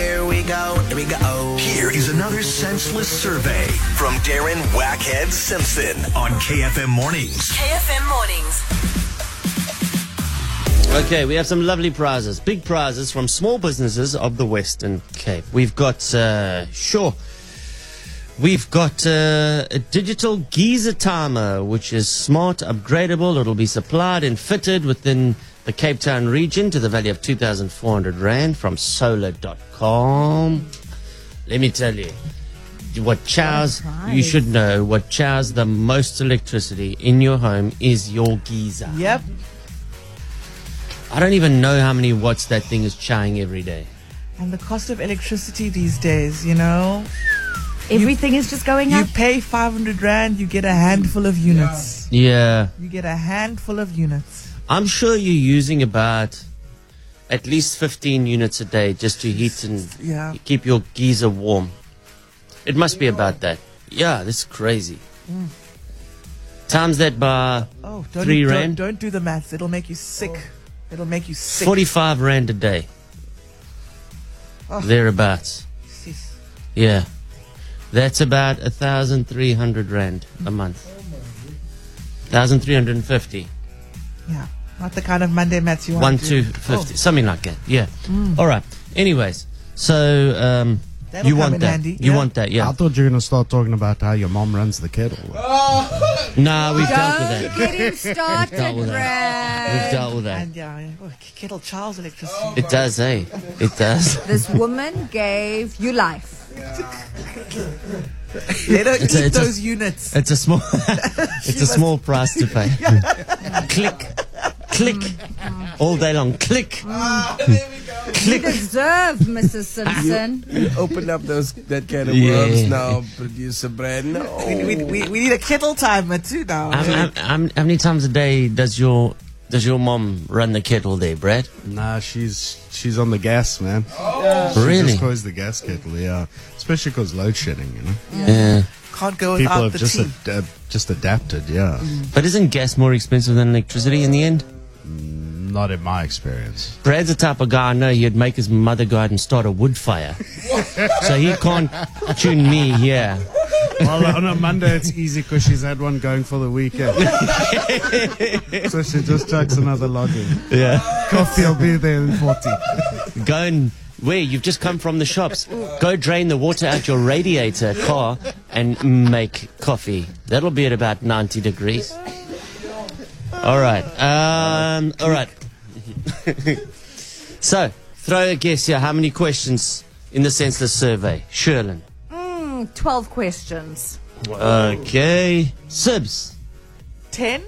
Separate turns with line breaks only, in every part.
go, here we go.
Here is another senseless survey from Darren Wackhead Simpson on KFM Mornings.
KFM Mornings.
Okay, we have some lovely prizes, big prizes from small businesses of the Western Cape. We've got, uh, sure, we've got uh, a digital geyser timer, which is smart, upgradable. It'll be supplied and fitted within the Cape Town region to the value of 2,400 Rand from solar.com. Let me tell you, what chows, you should know, what chows the most electricity in your home is your geyser.
Yep.
I don't even know how many watts that thing is chowing every day.
And the cost of electricity these days, you know,
Everything is just going
you
up.
pay 500 rand, you get a handful of units.
Yeah.
You get a handful of units.
I'm sure you're using about at least 15 units a day just to heat and
Yeah.
keep your geyser warm. It must be about that. Yeah, that's crazy. Times that by
Oh, don't,
3
don't,
Rand, Oh.
don't do the maths. It'll make you sick. It'll make you sick.
45 Rand a day.
Oh.
Thereabouts.
Sis.
Yeah. That's about 1,300 Rand a month. 1,350.
Yeah. Not the kind of Monday maths you want
One,
to
two,
do.
fifty, something like that. Yeah. All right. Anyways, so um,
Hmm. That'll
you
come
want
in
that?
handy,
You
yeah.
want that? Yeah.
I thought you were going to start talking about how your mom runs the kettle.
Nah, we've dealt with
Don't
that.
get him started,
Dealt with
Brad.
We've dealt with that.
And yeah, yeah. Oh, kettle Charles electricity.
It does, eh? It does.
This woman gave you life.
They don't
It's
eat
a- it's a-
those units.
It's a small. it's a small price to pay. click, click, all day long. Click.
You deserve, Mrs. Simpson.
Open up those that can of
Yeah.
worms now, producer Brad.
We,
No.
we, we, we need a kettle timer too now.
How, how, how how many times a day does your does your mom run the kettle there, Brad?
Nah, she's she's on the gas, man. She
really?
just closed the gas kettle, yeah. Especially because load shedding, you know.
Yeah.
Can't go
People
without
have
the
just
tea.
ad- uh, just adapted, yeah.
But isn't gas more expensive than electricity in the end?
Not in my experience.
Brad's the type of guy I know he'd make his mother go out and start a wood fire. so he can't tune me here.
Well, on a Monday it's easy because she's had one going for the weekend. so she just chucks another log in.
Yeah.
Coffee will be there in 40.
Go and where you've just come from the shops. Go drain the water out your radiator car and make coffee. That'll be at about 90 degrees. All right. Um, all right. so, throw a guess here. How many questions in the senseless survey? Sherlin.
Mm, 12 questions.
Okay. Sibs.
Ten?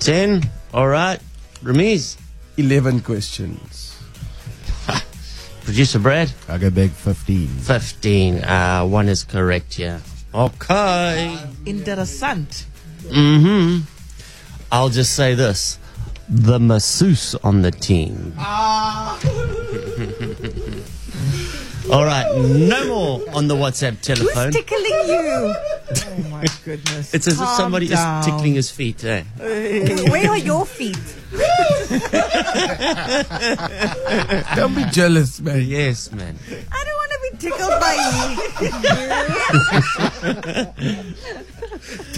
10. All right. Ramiz.
11 questions.
Producer Brad.
I go big 15.
15. Uh, one is correct, yeah. Okay. Mm-hmm.
Interessant.
I'll just say this. The masseuse on the team.
Ah.
All right, no more on the WhatsApp telephone.
Tickling
Oh
you.
my goodness.
It's as if
Calm
somebody
down.
is tickling his feet. Eh?
Where are your feet?
Don't be jealous, man.
Yes, man.
I don't want to be tickled by you.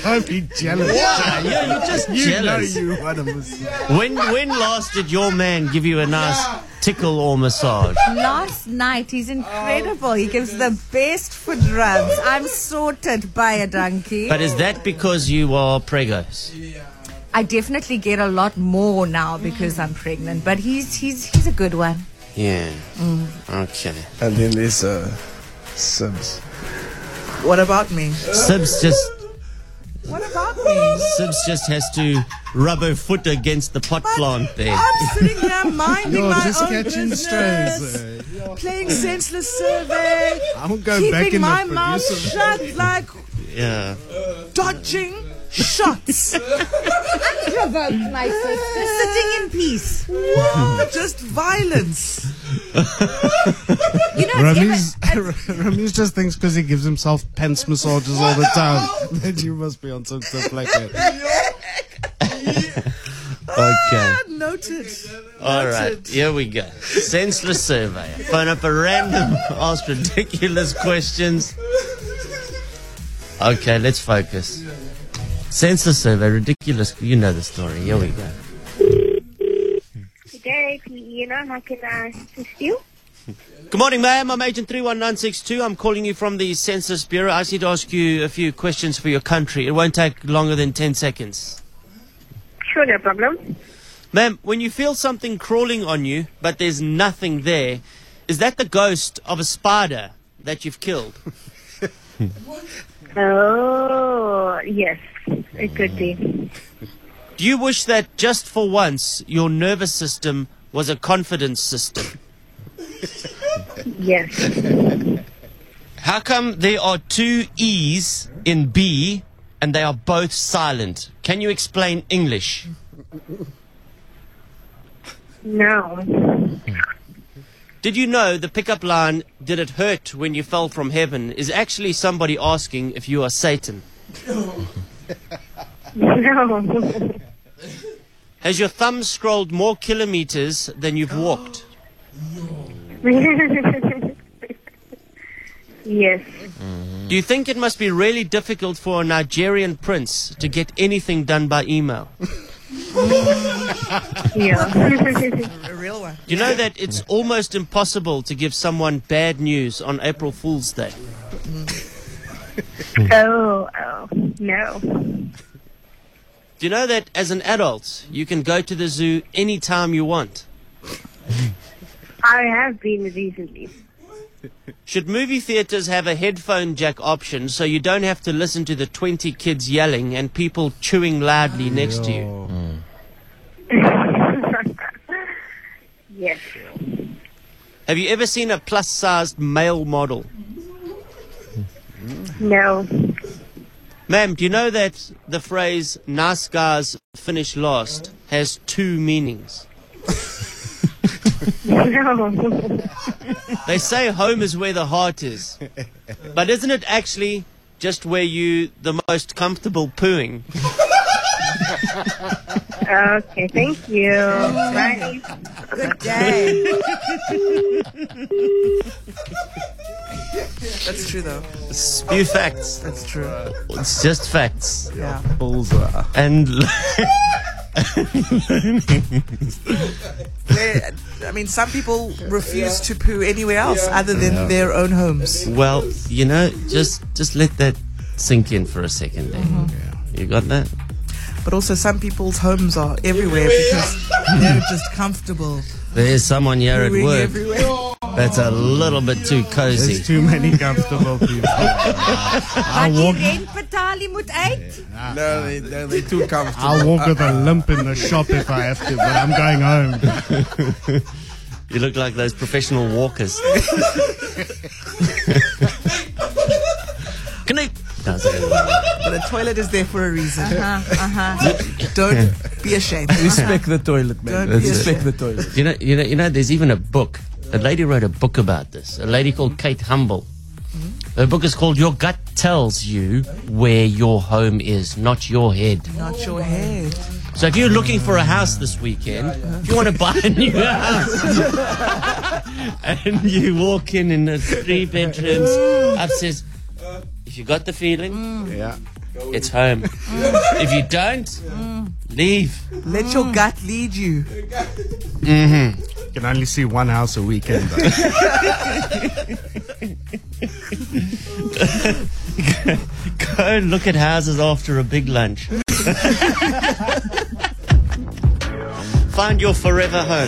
Don't be jealous.
Yeah, Uh, you're just jealous.
You know you want a massage.
When when last did your man give you a nice tickle or massage?
Last night, he's incredible. He gives the best foot rubs. I'm sorted by a donkey.
But is that because you are pregos?
I definitely get a lot more now because I'm pregnant. But he's he's he's a good one.
Yeah. Mm. Okay.
And then there's uh, subs.
What about me?
Sibs just
What about me?
Sibs just has to rub her foot against the pot plant there.
I'm sitting there minding
You're
my
just
own
catching
business,
strays. eh?
playing senseless survey,
I'm going back
keeping
in
my
the
mouth
producer.
shut, like
Yeah.
dodging shots.
Provoked my sister. Sitting in peace.
Wow, just violence.
You know, it's ever-
Rami's, Rami's just thinks because he gives himself pants massages all the time that you must be on some stuff like that.
Okay.
Ah, Noted.
All right, here we go. Senseless survey. Phone up a random, ask ridiculous questions. Okay, let's focus. Senseless survey, ridiculous. You know the story. Here we go.
Derek, you know, how can I assist you?
Good morning, ma'am. I'm Agent 31962. I'm calling you from the Census Bureau. I just need to ask you a few questions for your country. It won't take longer than 10 seconds.
Sure, no problem.
Ma'am, when you feel something crawling on you, but there's nothing there, is that the ghost of a spider that you've killed?
Oh, yes, it could be.
Do you wish that just for once your nervous system was a confidence system?
Yes.
How come there are two E's in B and they are both silent? Can you explain English?
No.
Did you know the pickup line, Did it hurt when you fell from heaven, is actually somebody asking if you are Satan?
No.
Has your thumb scrolled more kilometers than you've walked?
yes.
Do you think it must be really difficult for a Nigerian prince to get anything done by email?
Yeah.
A real one.
You know that it's almost impossible to give someone bad news on April Fool's Day.
oh, oh, no.
Do you know that as an adult, you can go to the zoo anytime you want?
I have been recently.
Should movie theaters have a headphone jack option so you don't have to listen to the 20 kids yelling and people chewing loudly next to you?
Yes.
Have you ever seen a plus sized male model?
No.
Ma'am, do you know that the phrase nice guys finish last has two meanings?
No.
They say home is where the heart is, but isn't it actually just where you the most comfortable pooing?
Okay, thank you. Bye.
Good day.
That's true, though.
Spew facts.
That's true.
It's just facts.
Yeah.
And
Where, I mean, some people refuse to poo anywhere else other than their own homes.
well, you know, just just let that sink in for a second. There. You got that?
But also, some people's homes are everywhere because they're just comfortable.
There's someone here at
Pooing
work
everywhere.
that's a little bit too cozy.
There's too many comfortable people.
But die rent betaal, jy moet uit.
No, they, no, they're too comfortable.
I'll walk with a limp in the shop if I have to, but I'm going home.
You look like those professional walkers. Can I? No, it's okay.
But a toilet is there for a reason. Don't be ashamed.
Respect the toilet, man.
Don't be
Respect the toilet.
You know, you know, you know. There's even a book. A lady wrote a book about this. A lady called Kate Humble. Her book is called "Your Gut Tells You Where Your Home Is, Not Your Head."
Not your head.
So if you're looking for a house this weekend, if you want to buy a new house, and you walk in in the three bedrooms upstairs, if you got the feeling,
Yeah.
it's home. If you don't, leave.
Let your gut lead you.
Can only see one house a weekend. Though.
Go and look at houses after a big lunch. Find your forever home.